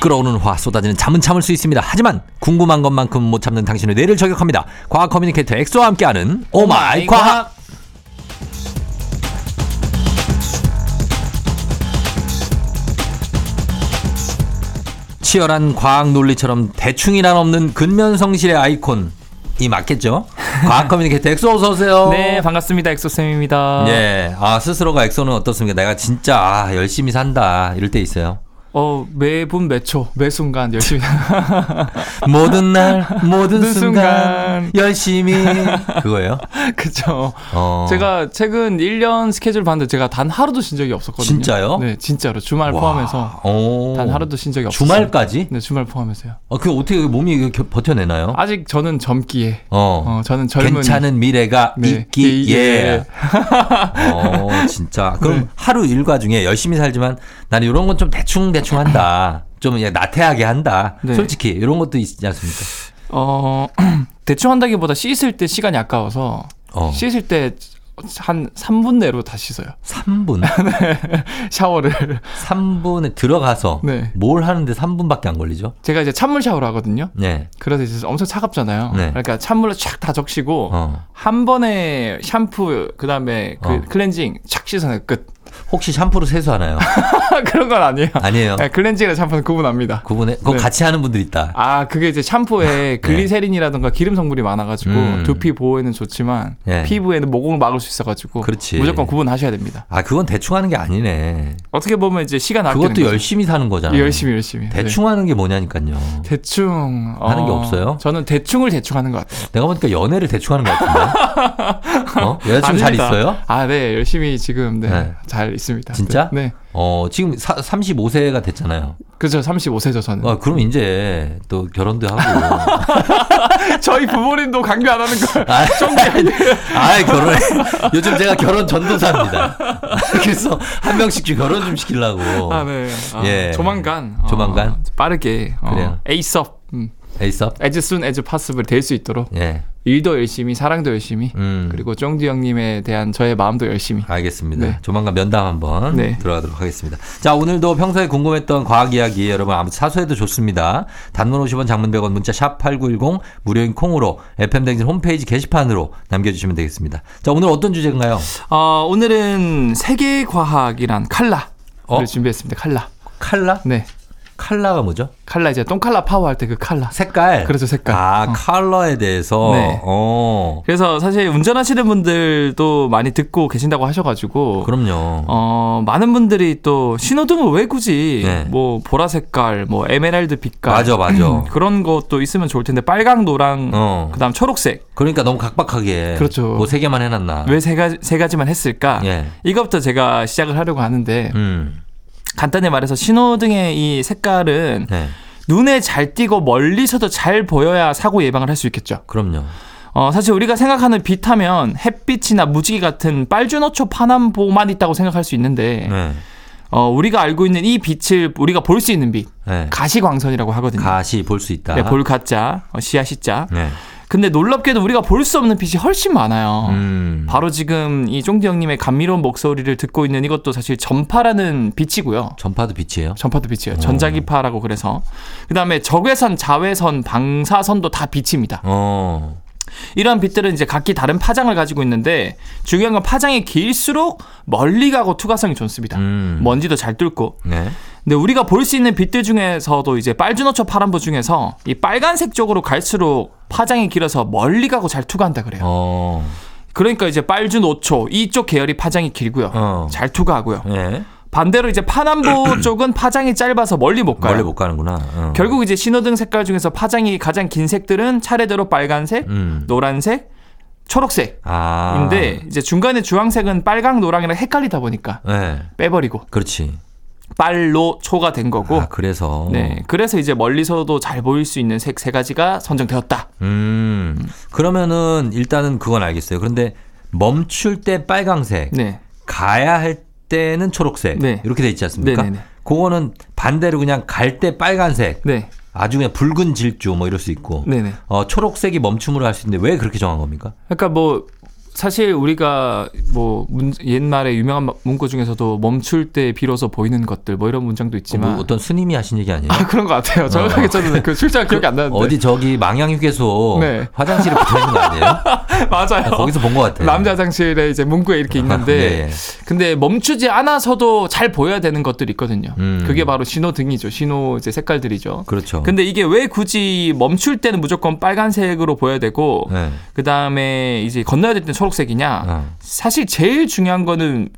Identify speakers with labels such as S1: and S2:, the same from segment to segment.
S1: 끓어오르는 화 쏟아지는 잠은 참을 수 있습니다. 하지만 궁금한 것만큼 못 참는 당신의 뇌를 저격합니다. 과학 커뮤니케이터 엑소와 함께하는 오마이 과학. 치열한 과학 논리처럼 대충이란 없는 근면성실의 아이콘 이 맞겠죠? 과학 커뮤니케이터 엑소 어서 오세요.
S2: 네 반갑습니다 엑소쌤입니다
S1: 예. 아 스스로가 엑소는 어떻습니까? 내가 진짜 아, 열심히 산다 이럴 때 있어요.
S2: 어 매분 매초 매순간 열심히
S1: 모든 날 모든 순간,
S2: 모든 순간.
S1: 열심히 그거예요.
S2: 그쵸
S1: 어.
S2: 제가 최근 1년 스케줄 봤는데 제가 단 하루도 쉰 적이 없었거든요
S1: 진짜요?
S2: 네 진짜로 주말
S1: 와.
S2: 포함해서
S1: 오.
S2: 단 하루도 쉰 적이 없어요
S1: 주말까지?
S2: 네 주말 포함해서요
S1: 어, 그 어떻게 몸이 이거 겨- 버텨내나요?
S2: 아직 저는 젊기에
S1: 어.
S2: 어 저는 젊은
S1: 괜찮은 미래가
S2: 네,
S1: 있기에.
S2: 예.
S1: 어, 진짜. 그럼
S2: 네.
S1: 하루 일과 중에 열심히 살지만 나는 이런 건 좀 대충 대충 한다. 좀 그냥 나태하게 한다.
S2: 네.
S1: 솔직히 이런 것도 있지 않습니까?
S2: 어 대충 한다기보다 씻을 때 시간이 아까워서
S1: 어.
S2: 씻을 때 한 3분 내로 다 씻어요
S1: 3분.
S2: 샤워를
S1: 3분에 들어가서
S2: 네
S1: 뭘 하는데 3분밖에 안 걸리죠?
S2: 제가 이제 찬물 샤워를 하거든요
S1: 네.
S2: 그래서 이제 엄청 차갑잖아요.
S1: 네.
S2: 그러니까 찬물로 촥 다 적시고
S1: 어.
S2: 한 번에 샴푸 그다음에 그
S1: 어.
S2: 클렌징 착 씻어내 끝.
S1: 혹시 샴푸로 세수하나요?
S2: 그런 건 아니에요.
S1: 아니에요.
S2: 네, 클렌징이랑 샴푸는 구분합니다.
S1: 구분해. 그거
S2: 네.
S1: 같이 하는 분들 있다.
S2: 아 그게 이제 샴푸에 글리세린이라든가 기름 성분이 많아가지고
S1: 네. 음.
S2: 두피 보호에는 좋지만
S1: 예.
S2: 피부에는 모공을 막을 수 있어가지고
S1: 그렇지.
S2: 무조건 구분하셔야 됩니다.
S1: 아, 그건 대충 하는 게 아니네.
S2: 어떻게 보면 이제 시간 아끼는
S1: 그것도
S2: 거죠.
S1: 열심히 사는 거잖아.
S2: 예, 열심히 열심히 네.
S1: 대충 하는 게 뭐냐니까요.
S2: 대충 어,
S1: 하는 게 없어요?
S2: 저는 대충을 대충 하는 것 같아요.
S1: 내가 보니까 연애를 대충 하는 것 같은데. 어? 여자친구 잘
S2: 아닙니다.
S1: 있어요?
S2: 아, 네, 열심히 지금 네,
S1: 네.
S2: 잘 있습니다.
S1: 진짜?
S2: 네. 네.
S1: 어, 지금 사, 35세가 됐잖아요.
S2: 그죠 35세죠 저는
S1: 아, 그럼 이제 또 결혼도 하고.
S2: 저희 부모님도 강요 안 하는 걸
S1: 아, 아, 결혼. 요즘 제가 결혼 전도사입니다. 그래서 한 명씩 좀 결혼 좀 시키려고.
S2: 아, 네. 아,
S1: 예.
S2: 조만간 어,
S1: 조만간?
S2: 빠르게 어,
S1: 그래요.
S2: 에이섭 음,
S1: 에이섭?
S2: as soon as possible 될 수 있도록
S1: 예.
S2: 일도 열심히 사랑도 열심히
S1: 음.
S2: 그리고 쫑디 형님에 대한 저의 마음도 열심히
S1: 알겠습니다.
S2: 네.
S1: 조만간 면담 한번
S2: 네.
S1: 들어가도록 하겠습니다. 자, 오늘도 평소에 궁금했던 과학 이야기 여러분 아무 사소해도 좋습니다. 단문 50원, 장문 100원, 문자 샵 #8910 무료인 콩으로 FM 댕진 홈페이지 게시판으로 남겨주시면 되겠습니다. 자, 오늘 어떤 주제인가요?
S2: 어, 오늘은 세계 과학이란 칼라를
S1: 어?
S2: 준비했습니다 칼라
S1: 칼라?
S2: 네
S1: 칼라가 뭐죠?
S2: 칼라 이제 똥칼라 파워할 때 그 칼라
S1: 색깔.
S2: 그렇죠, 색깔.
S1: 아,
S2: 어.
S1: 컬러에 대해서.
S2: 네.
S1: 어.
S2: 그래서 사실 운전하시는 분들도 많이 듣고 계신다고 하셔가지고
S1: 그럼요.
S2: 어, 많은 분들이 또 신호등을 왜 굳이
S1: 네.
S2: 뭐 보라 색깔, 뭐 에메랄드 빛깔 음,
S1: 맞아, 맞아.
S2: 그런 것도 있으면 좋을 텐데 빨강, 노랑,
S1: 어.
S2: 그다음 초록색
S1: 그러니까 너무 각박하게.
S2: 그렇죠.
S1: 뭐 세 개만 해놨나.
S2: 왜 세 가지 세 가지만 했을까?
S1: 예.
S2: 이것부터 제가 시작을 하려고 하는데
S1: 음.
S2: 간단히 말해서 신호등의 이 색깔은
S1: 네.
S2: 눈에 잘 띄고 멀리서도 잘 보여야 사고 예방을 할 수 있겠죠.
S1: 그럼요.
S2: 어, 사실 우리가 생각하는 빛하면 햇빛이나 무지개 같은 빨주노초 파남보만 있다고 생각할 수 있는데
S1: 네.
S2: 어, 우리가 알고 있는 이 빛을 우리가 볼 수 있는 빛
S1: 네.
S2: 가시광선이라고 하거든요.
S1: 가시 볼 수 있다.
S2: 네, 볼가짜, 어, 씨앗이자.
S1: 네.
S2: 근데 놀랍게도 우리가 볼 수 없는 빛이 훨씬 많아요.
S1: 음.
S2: 바로 지금 이 쫑디 형님의 감미로운 목소리를 듣고 있는 이것도 사실 전파라는 빛이고요.
S1: 전파도 빛이에요?
S2: 전파도 빛이에요.
S1: 음.
S2: 전자기파라고 그래서. 그 다음에 적외선, 자외선, 방사선도 다 빛입니다.
S1: 어.
S2: 이러한 빛들은 이제 각기 다른 파장을 가지고 있는데 중요한 건 파장이 길수록 멀리 가고 투과성이 좋습니다.
S1: 음.
S2: 먼지도 잘 뚫고
S1: 네.
S2: 근데 우리가 볼 수 있는 빛들 중에서도 이제 빨주노초 파란보 중에서 이 빨간색 쪽으로 갈수록 파장이 길어서 멀리 가고 잘 투과한다 그래요.
S1: 어.
S2: 그러니까 이제 빨주노초 이쪽 계열이 파장이 길고요.
S1: 어.
S2: 잘 투과하고요.
S1: 네.
S2: 반대로 이제 파남보 쪽은 파장이 짧아서 멀리 못 가요.
S1: 멀리 못 가는구나. 어.
S2: 결국 이제 신호등 색깔 중에서 파장이 가장 긴 색들은 차례대로 빨간색,
S1: 음.
S2: 노란색, 초록색인데
S1: 아.
S2: 이제 중간에 주황색은 빨강 노랑이랑 헷갈리다 보니까
S1: 네.
S2: 빼버리고
S1: 그렇지.
S2: 빨로 초가 된 거고
S1: 아, 그래서.
S2: 네, 그래서 이제 멀리서도 잘 보일 수 있는 색 세 가지가 선정되었다.
S1: 음. 그러면은 일단은 그건 알겠어요. 그런데 멈출 때 빨강색,
S2: 네,
S1: 가야 할 때는 초록색.
S2: 네.
S1: 이렇게 돼 있지 않습니까?
S2: 네네네.
S1: 그거는 반대로 그냥 갈 때 빨간색,
S2: 네,
S1: 아주 그냥 붉은 질주 뭐 이럴 수 있고.
S2: 네, 네.
S1: 어, 초록색이 멈춤으로 할 수 있는데 왜 그렇게 정한 겁니까?
S2: 그러니까 뭐 사실 우리가 뭐 문- 옛말에 유명한 마- 문구 중에서도 멈출 때 비로소 보이는 것들 뭐 이런 문장도 있지만
S1: 뭐 어떤 스님이 하신 얘기 아니에요?
S2: 아, 그런 것 같아요. 정확하게 저는 그 출장 기억이 안 나는데
S1: 어디 저기 망향휴게소
S2: 네.
S1: 화장실에 붙어 있는 거 아니에요?
S2: 맞아요. 네. 아,
S1: 거기서 본 것 같아요.
S2: 남자 화장실에 이제 문구에 이렇게 있는데
S1: 네.
S2: 근데 멈추지 않아서도 잘 보여야 되는 것들이 있거든요.
S1: 음.
S2: 그게 바로 신호등이죠. 신호 이제 색깔들이죠.
S1: 그렇죠.
S2: 근데 이게 왜 굳이 멈출 때는 무조건 빨간색으로 보여야 되고
S1: 네.
S2: 그 다음에 이제 건너야 될 때는 초록색이냐?
S1: 아,
S2: 사실 제일 중요한 거는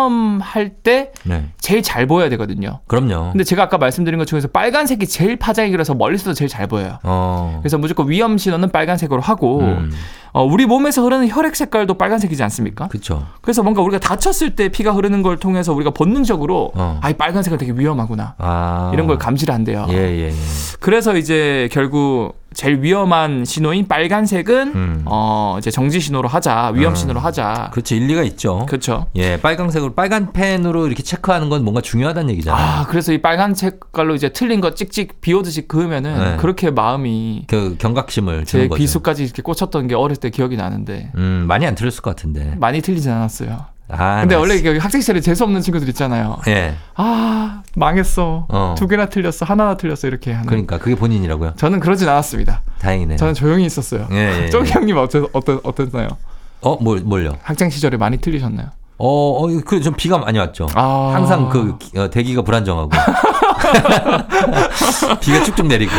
S2: 위험할 때
S1: 네.
S2: 제일 잘 보여야 되거든요.
S1: 그럼요.
S2: 근데 제가 아까 말씀드린 것 중에서 빨간색이 제일 파장이 길어서 멀리서도 제일 잘 보여요.
S1: 어.
S2: 그래서 무조건 위험 신호는 빨간색으로 하고
S1: 음,
S2: 어, 우리 몸에서 흐르는 혈액 색깔도 빨간색이지 않습니까?
S1: 그렇죠.
S2: 그래서 뭔가 우리가 다쳤을 때 피가 흐르는 걸 통해서 우리가 본능적으로
S1: 어.
S2: 아이 빨간색은 되게 위험하구나
S1: 아.
S2: 이런 걸 그- 감지를 한대요.
S1: 예, 예, 예.
S2: 그래서 이제 결국 제일 위험한 신호인 빨간색은
S1: 음.
S2: 어 이제 정지 신호로 하자 위험
S1: 음.
S2: 신호로 하자.
S1: 그렇죠. 일리가 있죠.
S2: 어. 그렇죠.
S1: 예, 빨강색으로 빨간 펜으로 이렇게 체크하는 건 뭔가 중요하다는 얘기잖아요.
S2: 아 그래서 이 빨간 색깔로 이제 틀린 거 찍찍 비오듯이 그으면은
S1: 네.
S2: 그렇게 마음이
S1: 그 경각심을
S2: 제
S1: 주는 거죠.
S2: 귀수까지 이렇게 꽂혔던 게 어릴 때 기억이 나는데
S1: 음, 많이 안 틀렸을 것 같은데.
S2: 많이 틀리진 않았어요.
S1: 아,
S2: 근데
S1: 나-
S2: 원래 이게 학생 시절에 재수 없는 친구들 있잖아요.
S1: 예.
S2: 아 망했어.
S1: 어.
S2: 두 개나 틀렸어. 하나나 틀렸어. 이렇게 하는.
S1: 그러니까 그게 본인이라고요.
S2: 저는 그러진 않았습니다.
S1: 다행이네요.
S2: 저는 조용히 있었어요.
S1: 예, 예, 예.
S2: 쪼 형님 어땠, 어땠, 어땠나요?
S1: 어, 뭘 뭘요?
S2: 학창 시절에 많이 틀리셨나요?
S1: 어, 어, 그 좀 비가 많이 왔죠.
S2: 아.
S1: 항상 그 기- 어, 대기가 불안정하고 비가 쭉쭉 내리고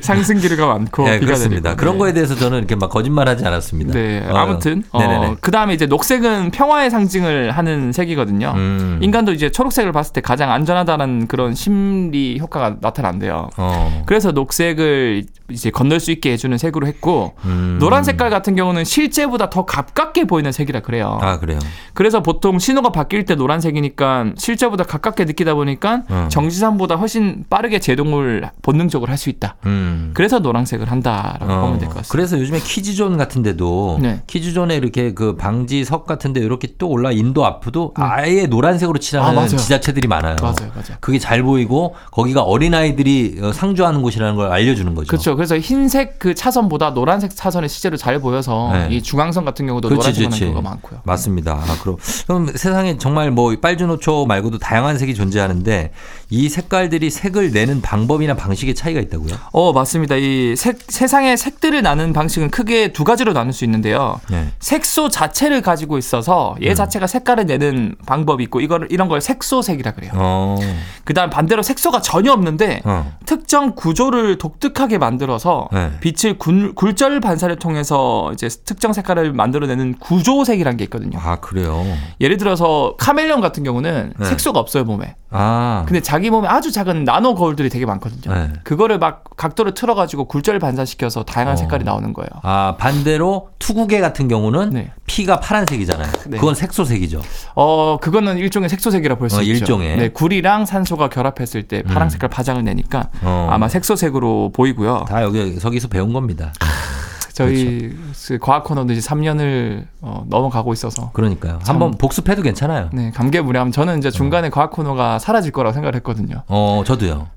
S2: 상승기류가 많고
S1: 그- 네,
S2: 아, 비가
S1: 그렇습니다.
S2: 내리고.
S1: 그런
S2: 네.
S1: 거에 대해서 저는 이렇게 막 거짓말하지 않았습니다.
S2: 네.
S1: 어,
S2: 아무튼
S1: 네네네.
S2: 어, 그다음에 이제 녹색은 평화의 상징을 하는 색이거든요.
S1: 음.
S2: 인간도 이제 초록색을 봤을 때 가장 안전하다는 그런 심리 효과가 나타난대요.
S1: 어,
S2: 그래서 녹색을 이제 건널 수 있게 해주는 색으로 했고
S1: 음.
S2: 노란 색깔 같은 경우는 실제보다 더 가깝게 보이는 색이라 그래요.
S1: 아 그래요.
S2: 그래서 보통 신호가 바뀔 때 노란색이니까 실제보다 가깝게 느끼다 보니까
S1: 음.
S2: 정지선보다 훨씬 빠르게 제동을 본능적으로 할 수 있다.
S1: 음.
S2: 그래서 노란색을 한다라고
S1: 어,
S2: 그 보면 될 것 같습니다.
S1: 그래서 요즘에 키즈존 같은데도
S2: 네.
S1: 키즈존에 이렇게 그 방지석 같은데 이렇게 또 올라 인도 앞도 아예 노란색으로
S2: 네. 아,
S1: 칠하는
S2: 맞아요.
S1: 지자체들이 많아요.
S2: 맞아요, 맞아요.
S1: 그게 잘 보이고 거기가 어린 아이들이 상주하는 곳이라는 걸 알려주는 거죠.
S2: 그렇죠. 그래서 흰색 그 차선보다 노란색 차선이 실제로 잘 보여서
S1: 네.
S2: 이 중앙선 같은 경우도
S1: 그렇지,
S2: 노란색
S1: 그렇지.
S2: 하는 경우가 많고요.
S1: 맞습니다. 아, 그럼, 그럼 세상에 정말 뭐 빨주노초 말고도 다양한 색이 존재하는데 이 색깔들이 색을 내는 방법이나 방식의 차이가 있다고요?
S2: 어 맞습니다. 이 색, 세상의 색들을 나눈 방식은 크게 두 가지로 나눌 수 있는데요.
S1: 네.
S2: 색소 자체를 가지고 있어서 얘 자체가 색깔을 내는 방법이 있고 이걸 이런 걸 색소색이라 그래요.
S1: 어,
S2: 그다음 반대로 색소가 전혀 없는데
S1: 어,
S2: 특정 구조를 독특하게 만들어서
S1: 네.
S2: 빛을 굴, 절 반사를 통해서 이제 특정 색깔을 만들어내는 구조색이라는 게 있거든요.
S1: 아 그래요.
S2: 예를 들어서 카멜레온 같은 경우는
S1: 네.
S2: 색소가 없어요 몸에.
S1: 아,
S2: 근데 자기 몸에 아주 작은 나노 거울들이 되게 많거든요.
S1: 네.
S2: 그거를 막 각도를 틀어가지고 굴절 반사시켜서 다양한
S1: 어.
S2: 색깔이 나오는 거예요.
S1: 아 반대로 투구개 같은 경우는
S2: 네.
S1: 피가 파란색이잖아요.
S2: 네.
S1: 그건 색소색이죠.
S2: 어 그거는 일종의 색소색이라 볼 수
S1: 어,
S2: 있죠.
S1: 일종의. 음.
S2: 네, 굴이랑 산소가 결합했을 때 파란 색깔 파장을 내니까
S1: 어.
S2: 아마 색소색으로 보이고요.
S1: 다 여기 저기서 배운 겁니다.
S2: 아,
S1: 그렇죠.
S2: 저희 그 과학 코너도 이제 3년을 어, 넘어가고 있어서
S1: 그러니까요.
S2: 참.
S1: 한번 복습해도 괜찮아요.
S2: 네, 감개무량. 저는 이제 중간에 과학 코너가 사라질 거라고 생각을 했거든요.
S1: 어, 저도요.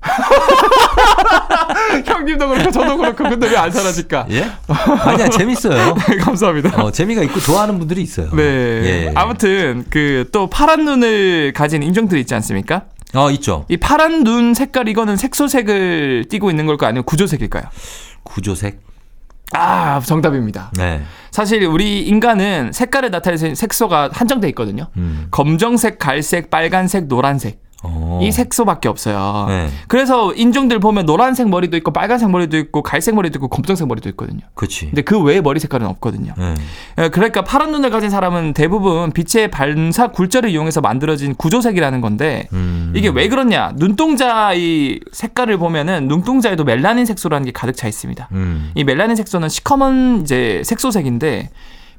S2: 형님도 그렇고 저도 그렇고 근데 왜 안 사라질까?
S1: 예? 아니야 재밌어요.
S2: 네, 감사합니다.
S1: 어, 재미가 있고 좋아하는 분들이 있어요.
S2: 네.
S1: 예.
S2: 아무튼 그 또 파란 눈을 가진 인종들이 있지 않습니까?
S1: 어, 있죠.
S2: 이 파란 눈 색깔 이거는 색소색을 띠고 있는 걸까요? 아니면 구조색일까요?
S1: 구조색.
S2: 아, 정답입니다.
S1: 네.
S2: 사실 우리 인간은 색깔을 나타내는 색소가 한정돼 있거든요.
S1: 음.
S2: 검정색, 갈색, 빨간색, 노란색.
S1: 어.
S2: 이 색소밖에 없어요.
S1: 네.
S2: 그래서 인종들 보면 노란색 머리도 있고 빨간색 머리도 있고 갈색 머리도 있고 검정색 머리도 있거든요.
S1: 그렇지.
S2: 근데 그 외에 머리 색깔은 없거든요.
S1: 네.
S2: 예, 그러니까 파란 눈을 가진 사람은 대부분 빛의 반사 굴절을 이용해서 만들어진 구조색이라는 건데
S1: 음.
S2: 이게 왜 그렇냐? 눈동자 이 색깔을 보면은 눈동자에도 멜라닌 색소라는 게 가득 차 있습니다.
S1: 음.
S2: 이 멜라닌 색소는 시커먼 이제 색소색인데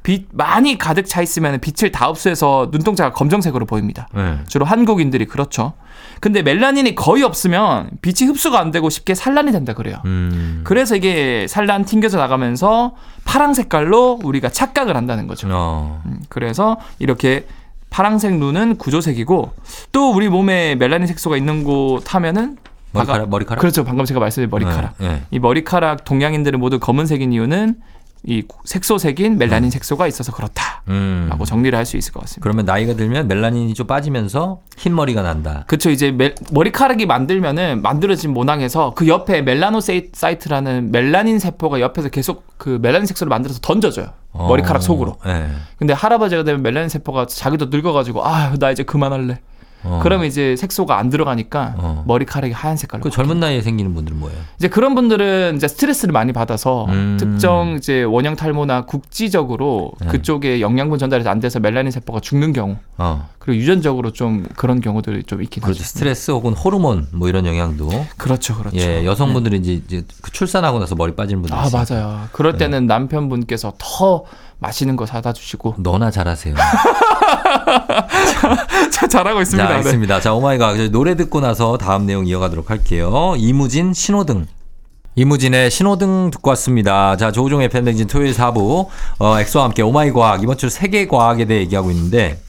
S2: 빛 많이 가득 차 있으면 빛을 다 흡수해서 눈동자가 검정색으로 보입니다.
S1: 네.
S2: 주로 한국인들이 그렇죠. 근데 멜라닌이 거의 없으면 빛이 흡수가 안 되고 쉽게 산란이 된다 그래요.
S1: 음.
S2: 그래서 이게 산란 튕겨져 나가면서 파랑 색깔로 우리가 착각을 한다는 거죠.
S1: 어.
S2: 음, 그래서 이렇게 파랑색 눈은 구조색이고 또 우리 몸에 멜라닌 색소가 있는 곳 하면은
S1: 머리카락
S2: 아까-
S1: 머리카락.
S2: 그렇죠. 방금 제가 말씀드린 머리카락.
S1: 네. 네.
S2: 이 머리카락 동양인들은 모두 검은색인 이유는 이 색소색인 멜라닌 색소가 있어서 그렇다라고
S1: 음.
S2: 정리를 할 수 있을 것 같습니다.
S1: 그러면 나이가 들면 멜라닌이 좀 빠지면서 흰 머리가 난다.
S2: 그쵸 이제 멜- 머리카락이 만들면은 만들어진 모낭에서 그 옆에 멜라노사이트라는 멜라닌 세포가 옆에서 계속 그 멜라닌 색소를 만들어서 던져줘요
S1: 어.
S2: 머리카락 속으로
S1: 네.
S2: 근데 할아버지가 되면 멜라닌 세포가 자기도 늙어가지고 아 나 이제 그만할래
S1: 어.
S2: 그러면 이제 색소가 안 들어가니까
S1: 어.
S2: 머리카락이 하얀 색깔로
S1: 그 젊은 나이에 생기는 분들은 뭐예요?
S2: 이제 그런 분들은 이제 스트레스를 많이 받아서
S1: 음.
S2: 특정 이제 원형 탈모나 국지적으로
S1: 네.
S2: 그쪽에 영양분 전달이 안 돼서 멜라닌 세포가 죽는 경우
S1: 어.
S2: 그리고 유전적으로 좀 그런 경우들이 좀 있긴
S1: 그렇죠.
S2: 하죠.
S1: 스트레스 혹은 호르몬 뭐 이런 영향도
S2: 그렇죠, 그렇죠.
S1: 예, 여성분들이 이제, 이제 그 출산하고 나서 머리 빠지는 분들
S2: 아
S1: 있어요.
S2: 맞아요.
S1: 네.
S2: 그럴 때는 남편분께서 더 맛있는 거 사다 주시고
S1: 너나 잘하세요.
S2: 자, 잘하고
S1: 자,
S2: 있습니다. 네.
S1: 알겠습니다. 자, 오마이갓. 저희 노래 듣고 나서 다음 내용 이어가도록 할게요. 이무진 신호등. 이무진의 신호등 듣고 왔습니다. 자, 조우종 FM 댕진 토요일 4부, 어, 엑소와 함께 오마이 과학, 이번 주 세계 과학에 대해 얘기하고 있는데,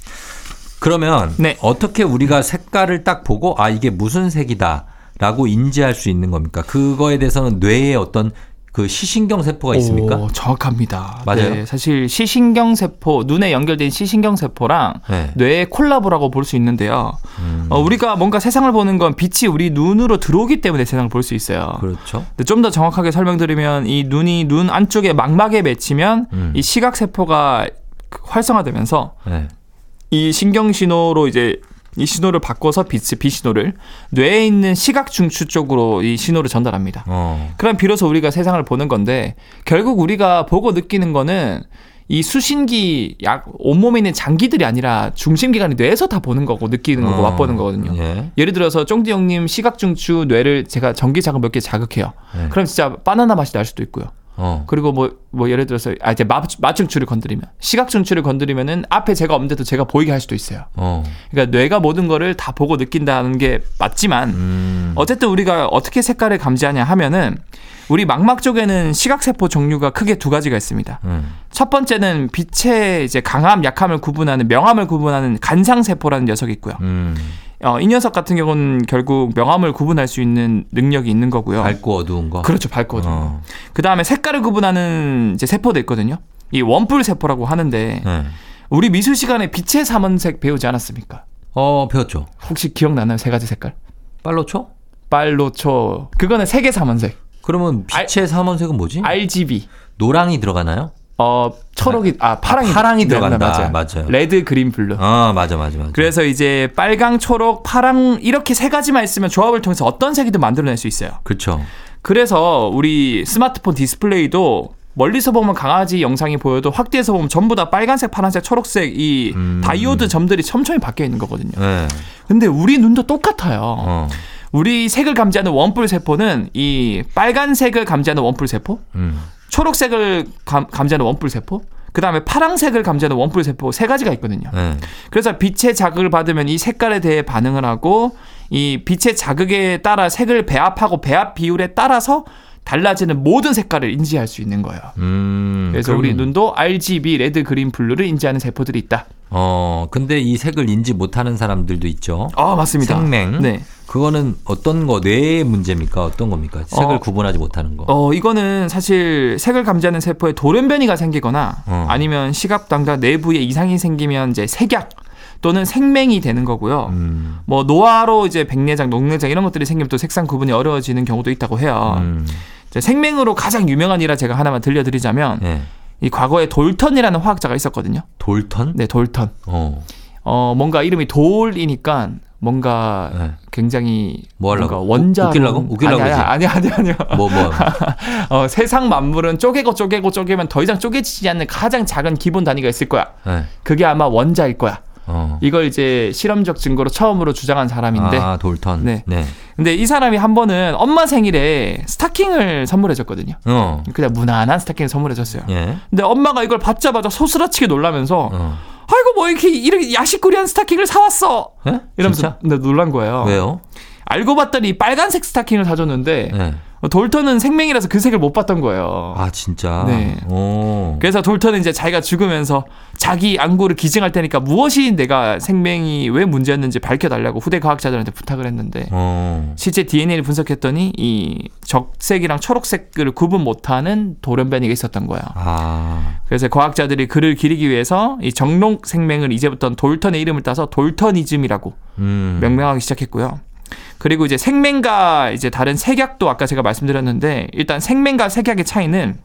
S1: 그러면
S2: 네.
S1: 어떻게 우리가 색깔을 딱 보고, 아, 이게 무슨 색이다. 라고 인지할 수 있는 겁니까? 그거에 대해서는 뇌에 어떤 그 시신경 세포가 있습니까?
S2: 오, 정확합니다.
S1: 맞아요?
S2: 네, 사실 시신경 세포 눈에 연결된 시신경 세포랑
S1: 네.
S2: 뇌의 콜라보라고 볼 수 있는데요.
S1: 음.
S2: 어, 우리가 뭔가 세상을 보는 건 빛이 우리 눈으로 들어오기 때문에 세상을 볼 수 있어요.
S1: 그렇죠.
S2: 좀 더 정확하게 설명드리면 이 눈이 눈 안쪽에 망막에 맺히면
S1: 음.
S2: 이 시각 세포가 그 활성화되면서
S1: 네.
S2: 이 신경 신호로 이제 이 신호를 바꿔서 빛, 빛 신호를 뇌에 있는 시각 중추 쪽으로 이 신호를 전달합니다.
S1: 어.
S2: 그럼 비로소 우리가 세상을 보는 건데 결국 우리가 보고 느끼는 거는 이 수신기 약 온몸에 있는 장기들이 아니라 중심기관이 뇌에서 다 보는 거고 느끼는 거고
S1: 어.
S2: 맛보는 거거든요.
S1: 예.
S2: 예를 들어서 쫑디 형님 시각 중추 뇌를 제가 전기 자극 몇 개 자극해요.
S1: 네.
S2: 그럼 진짜 바나나 맛이 날 수도 있고요.
S1: 어.
S2: 그리고 뭐 뭐 예를 들어서 아 이제 맛, 맛 중추를 건드리면 시각 중추를 건드리면은 앞에 제가 없는데도 제가 보이게 할 수도 있어요.
S1: 어.
S2: 그러니까 뇌가 모든 거를 다 보고 느낀다는 게 맞지만
S1: 음.
S2: 어쨌든 우리가 어떻게 색깔을 감지하냐 하면은 우리 망막 쪽에는 시각세포 종류가 크게 두 가지가 있습니다.
S1: 음.
S2: 첫 번째는 빛의 이제 강함, 약함을 구분하는 명암을 구분하는 간상세포라는 녀석이 있고요.
S1: 음.
S2: 어, 이 녀석 같은 경우는 결국 명암을 구분할 수 있는 능력이 있는 거고요.
S1: 밝고 어두운 거.
S2: 그렇죠, 밝거든요.
S1: 어.
S2: 그 다음에 색깔을 구분하는 이제 세포도 있거든요. 이 원뿔 세포라고 하는데
S1: 네.
S2: 우리 미술 시간에 빛의 삼원색 배우지 않았습니까?
S1: 어, 배웠죠.
S2: 혹시 기억나나요? 세 가지 색깔?
S1: 빨로초?
S2: 빨로초 그거는 색의 삼원색
S1: 그러면 빛의 삼원색은 뭐지?
S2: RGB
S1: 노랑이 들어가나요?
S2: 어 초록이 아 파랑이
S1: 아, 파랑이 들어간다.
S2: 맞아요.
S1: 맞아요.
S2: 레드 그린 블루
S1: 아, 맞아, 맞아, 맞아.
S2: 그래서 이제 빨강 초록 파랑 이렇게 세 가지만 있으면 조합을 통해서 어떤 색이든 만들어낼 수 있어요
S1: 그렇죠.
S2: 그래서 우리 스마트폰 디스플레이도 멀리서 보면 강아지 영상이 보여도 확대해서 보면 전부 다 빨간색 파란색 초록색 이
S1: 음.
S2: 다이오드 점들이 촘촘히 박혀 있는 거거든요
S1: 네.
S2: 근데 우리 눈도 똑같아요
S1: 어.
S2: 우리 색을 감지하는 원뿔 세포는 이 빨간색을 감지하는 원뿔 세포
S1: 음.
S2: 초록색을 감, 지하는 원뿔 세포, 그 다음에 파랑색을 감지하는 원뿔 세포 세 가지가 있거든요.
S1: 네.
S2: 그래서 빛의 자극을 받으면 이 색깔에 대해 반응을 하고 이 빛의 자극에 따라 색을 배합하고 배합 비율에 따라서 달라지는 모든 색깔을 인지할 수 있는 거예요.
S1: 음.
S2: 그래서
S1: 그럼-
S2: 우리 눈도 RGB, 레드, 그린, 블루를 인지하는 세포들이 있다.
S1: 어, 근데 이 색을 인지 못하는 사람들도 있죠.
S2: 아 맞습니다.
S1: 생맹.
S2: 네.
S1: 그거는 어떤 거, 뇌의 문제입니까? 어떤 겁니까? 색을
S2: 어.
S1: 구분하지 못하는 거.
S2: 어 이거는 사실 색을 감지하는 세포에 돌연변이가 생기거나
S1: 어.
S2: 아니면 시각단과 내부에 이상이 생기면 이제 색약 또는 생맹이 되는 거고요.
S1: 음.
S2: 뭐 노화로 이제 백내장, 녹내장 이런 것들이 생기면 또 색상 구분이 어려워지는 경우도 있다고 해요.
S1: 음.
S2: 이제 생맹으로 가장 유명한 일화 제가 하나만 들려드리자면
S1: 네.
S2: 이 과거에 돌턴이라는 화학자가 있었거든요.
S1: 돌턴?
S2: 네, 돌턴.
S1: 어.
S2: 어 뭔가 이름이 돌이니까 뭔가
S1: 네.
S2: 굉장히
S1: 뭐 하려고?
S2: 뭔가 원자
S1: 웃- 웃기려고? 웃기려고
S2: 아니
S1: 그러지?
S2: 아니 아니 아니
S1: 뭐, 뭐.
S2: 어, 세상 만물은 쪼개고 쪼개고 쪼개면 더 이상 쪼개지지 않는 가장 작은 기본 단위가 있을 거야.
S1: 네.
S2: 그게 아마 원자일 거야.
S1: 어.
S2: 이걸 이제 실험적 증거로 처음으로 주장한 사람인데
S1: 아, 돌턴.
S2: 네.
S1: 네.
S2: 근데 이 사람이 한 번은 엄마 생일에 스타킹을 선물해줬거든요.
S1: 어.
S2: 그냥 무난한 스타킹을 선물해줬어요.
S1: 예.
S2: 근데 엄마가 이걸 받자마자 소스라치게 놀라면서
S1: 어.
S2: 아이고 뭐 이렇게 이렇게 야식거리한 스타킹을 사왔어
S1: 예?
S2: 이러면서
S1: 진짜?
S2: 근데 놀란 거예요.
S1: 왜요?
S2: 알고 봤더니 빨간색 스타킹을 사줬는데
S1: 예.
S2: 돌턴은 생명이라서 그 색을 못 봤던 거예요.
S1: 아 진짜.
S2: 네.
S1: 오.
S2: 그래서 돌턴은 이제 자기가 죽으면서 자기 안구를 기증할 테니까 무엇이 내가 생명이 왜 문제였는지 밝혀달라고 후대 과학자들한테 부탁을 했는데
S1: 어.
S2: 실제 DNA를 분석했더니 이 적색이랑 초록색을 구분 못하는 돌연변이가 있었던 거야.
S1: 아.
S2: 그래서 과학자들이 그를 기리기 위해서 이 정롱 생명을 이제부터는 돌턴의 이름을 따서 돌턴이즘이라고
S1: 음.
S2: 명명하기 시작했고요. 그리고 이제 생명과 이제 다른 색약도 아까 제가 말씀드렸는데 일단 생명과 색약의 차이는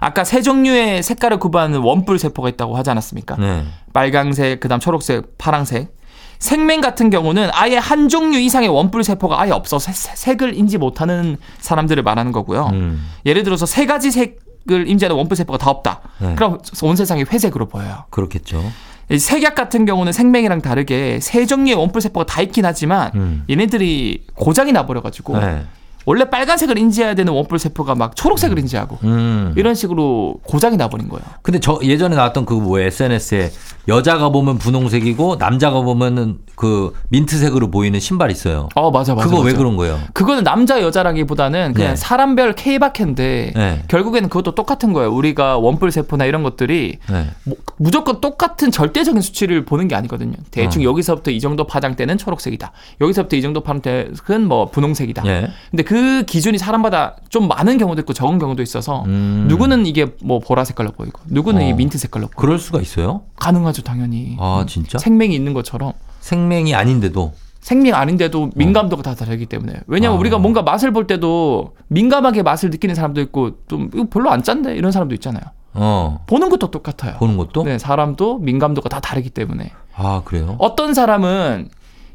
S2: 아까 세 종류의 색깔을 구분하는 원뿔 세포가 있다고 하지 않았습니까?
S1: 네.
S2: 빨강색, 그다음 초록색, 파랑색. 생명 같은 경우는 아예 한 종류 이상의 원뿔 세포가 아예 없어서 세- 색을 인지 못하는 사람들을 말하는 거고요.
S1: 음.
S2: 예를 들어서 세 가지 색을 임지하는 원뿔 세포가 다 없다.
S1: 네.
S2: 그럼 온 세상이 회색으로 보여요.
S1: 그렇겠죠.
S2: 이 색약 같은 경우는 생명이랑 다르게 세 종류의 원뿔 세포가 다 있긴 하지만
S1: 음.
S2: 얘네들이 고장이 나버려가지고
S1: 네.
S2: 원래 빨간색을 인지해야 되는 원뿔 세포가 막 초록색을 인지하고
S1: 음.
S2: 이런 식으로 고장이 나버린 거예요.
S1: 근데 저 예전에 나왔던 그 뭐에 SNS에 여자가 보면 분홍색이고 남자가 보면은 그 민트색으로 보이는 신발 있어요.
S2: 어 맞아 맞아.
S1: 그거 왜
S2: 맞아.
S1: 그런 거예요?
S2: 그거는 남자 여자라기보다는 그냥
S1: 네.
S2: 사람별 케이바케인데
S1: 네.
S2: 결국에는 그것도 똑같은 거예요. 우리가 원뿔 세포나 이런 것들이
S1: 네.
S2: 뭐- 무조건 똑같은 절대적인 수치를 보는 게 아니거든요. 대충
S1: 음.
S2: 여기서부터 이 정도 파장대는 초록색이다. 여기서부터 이 정도 파장대는 뭐 분홍색이다.
S1: 예.
S2: 근데 그 기준이 사람마다 좀 많은 경우도 있고 적은 경우도 있어서
S1: 음.
S2: 누구는 이게 뭐 보라 색깔로 보이고 누구는
S1: 어.
S2: 이 민트 색깔로 보이고
S1: 그럴 수가 있어요?
S2: 가능하죠 당연히
S1: 아 진짜?
S2: 생명이 있는 것처럼
S1: 생명이 아닌데도.
S2: 생명 아닌데도 민감도가 다 다르기 때문에 왜냐면
S1: 어. 아.
S2: 우리가 뭔가 맛을 볼 때도 민감하게 맛을 느끼는 사람도 있고 좀 이거 별로 안 짠데 이런 사람도 있잖아요
S1: 어.
S2: 보는 것도 똑같아요
S1: 보는 것도?
S2: 네 사람도 민감도가 다 다르기 때문에
S1: 아 그래요?
S2: 어떤 사람은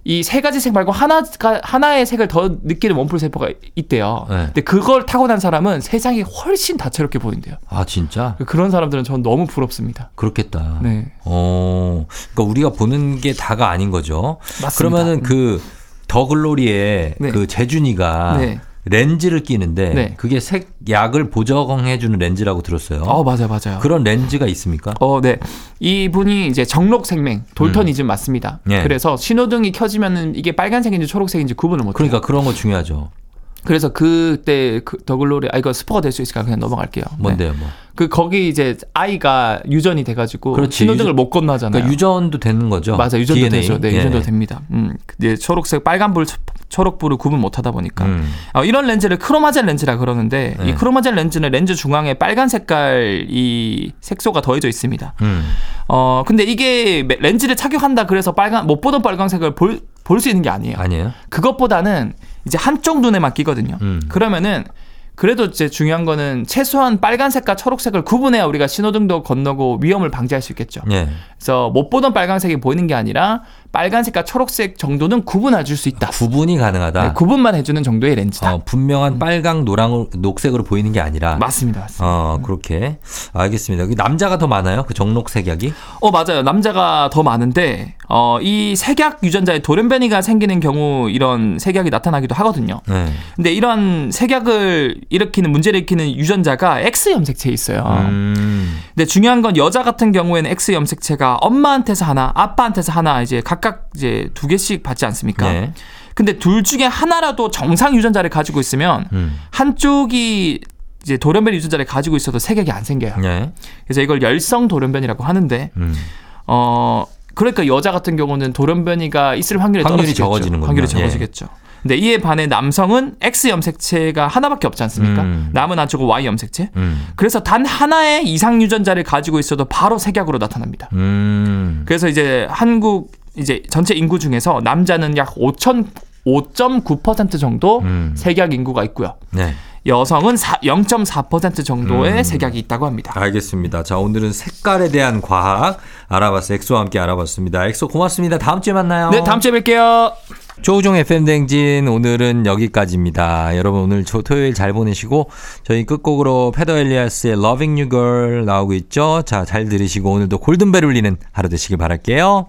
S2: 이 세 가지 색 말고 하나 하나의 색을 더 느끼는 원뿔 세포가 있대요.
S1: 네.
S2: 근데 그걸 타고난 사람은 세상이 훨씬 다채롭게 보인대요.
S1: 아 진짜?
S2: 그런 사람들은 전 너무 부럽습니다.
S1: 그렇겠다.
S2: 네,
S1: 어. 그러니까 우리가 보는 게 다가 아닌 거죠.
S2: 맞습니다. 음.
S1: 그러면은 그 더 글로리에
S2: 네.
S1: 그 재준이가
S2: 네.
S1: 렌즈를 끼는데
S2: 네.
S1: 그게 색약을 보정해 주는 렌즈라고 들었어요.
S2: 어 맞아 요 맞아요.
S1: 그런 렌즈가 있습니까?
S2: 어, 네. 이분이 이제 정록 생맹, 돌턴이즘 맞습니다.
S1: 음. 예.
S2: 그래서 신호등이 켜지면은 이게 빨간색인지 초록색인지 구분을 못 해요.
S1: 그러니까 그런 거 중요하죠.
S2: 그래서 그때 그 더글로리 아 이거 스포가 될 수 있으니까 그냥 넘어갈게요. 네.
S1: 뭔데요, 뭐.
S2: 그 거기 이제 아이가 유전이 돼 가지고
S1: 그렇지.
S2: 신호등을
S1: 유전-
S2: 못 건너잖아요.
S1: 그러니까 유전도 되는 거죠.
S2: 맞아 유전도
S1: DNA.
S2: 되죠. 네,
S1: 예.
S2: 유전도 됩니다. 음, 이제 초록색, 빨간불, 초- 초록불을 구분 못하다 보니까
S1: 음.
S2: 어, 이런 렌즈를 크로마젠 렌즈라 그러는데
S1: 네.
S2: 이 크로마젠 렌즈는 렌즈 중앙에 빨간 색깔 이 색소가 더해져 있습니다.
S1: 음.
S2: 어, 근데 이게 메- 렌즈를 착용한다 그래서 빨간 못 보던 빨간색을 볼 볼 수 있는 게 아니에요.
S1: 아니에요?
S2: 그것보다는 이제 한쪽 눈에만 끼거든요.
S1: 음.
S2: 그러면은 그래도 이제 중요한 거는 최소한 빨간색과 초록색을 구분해야 우리가 신호등도 건너고 위험을 방지할 수 있겠죠.
S1: 예.
S2: 그래서 못 보던 빨간색이 보이는 게 아니라 빨간색과 초록색 정도는 구분해 줄 수 있다.
S1: 구분이 가능하다.
S2: 네, 구분만 해주는 정도의 렌즈다.
S1: 어, 분명한 빨강, 노랑, 녹색으로 보이는 게 아니라.
S2: 맞습니다. 맞습니다.
S1: 어, 그렇게. 알겠습니다. 여기 남자가 더 많아요? 그 정록 색약이?
S2: 어 맞아요. 남자가 더 많은데 어, 이 색약 유전자에 돌연변이가 생기는 경우 이런 색약이 나타나기도 하거든요.
S1: 네.
S2: 근데 이런 색약을 일으키는 문제를 일으키는 유전자가 X 염색체에 있어요.
S1: 음.
S2: 근데 중요한 건 여자 같은 경우에는 X 염색체가 엄마한테서 하나, 아빠한테서 하나 이제 각각 이제 두 개씩 받지 않습니까?
S1: 네.
S2: 근데 둘 중에 하나라도 정상 유전자를 가지고 있으면
S1: 음.
S2: 한쪽이 이제 돌연변이 유전자를 가지고 있어도 색약이 안 생겨요.
S1: 네.
S2: 그래서 이걸 열성 돌연변이라고 하는데
S1: 음.
S2: 어 그러니까 여자 같은 경우는 돌연변이가 있을 확률이
S1: 확률이
S2: 떨어지겠죠.
S1: 적어지는군요.
S2: 확률이
S1: 예.
S2: 적어지겠죠. 근데 이에 반해 남성은 X 염색체가 하나밖에 없지 않습니까?
S1: 음.
S2: 남은 한쪽은 Y 염색체.
S1: 음.
S2: 그래서 단 하나의 이상 유전자를 가지고 있어도 바로 색약으로 나타납니다.
S1: 음.
S2: 그래서 이제 한국 이제 전체 인구 중에서 남자는 약 5천 5.9% 정도
S1: 음.
S2: 색약 인구가 있고요.
S1: 네.
S2: 여성은 사-0.4% 정도의
S1: 음.
S2: 색약이 있다고 합니다.
S1: 알겠습니다. 자, 오늘은 색깔에 대한 과학 알아봤어요. 엑소와 함께 알아봤습니다. 엑소 고맙습니다. 다음 주에 만나요.
S2: 네, 다음 주에 뵐게요.
S1: 조우종 FM 댕진 오늘은 여기까지입니다. 여러분 오늘 조- 토요일 잘 보내시고 저희 끝곡으로 페더 엘리아스의 Loving You Girl 나오고 있죠. 자, 잘 들으시고 오늘도 골든벨 울리는 하루 되시길 바랄게요.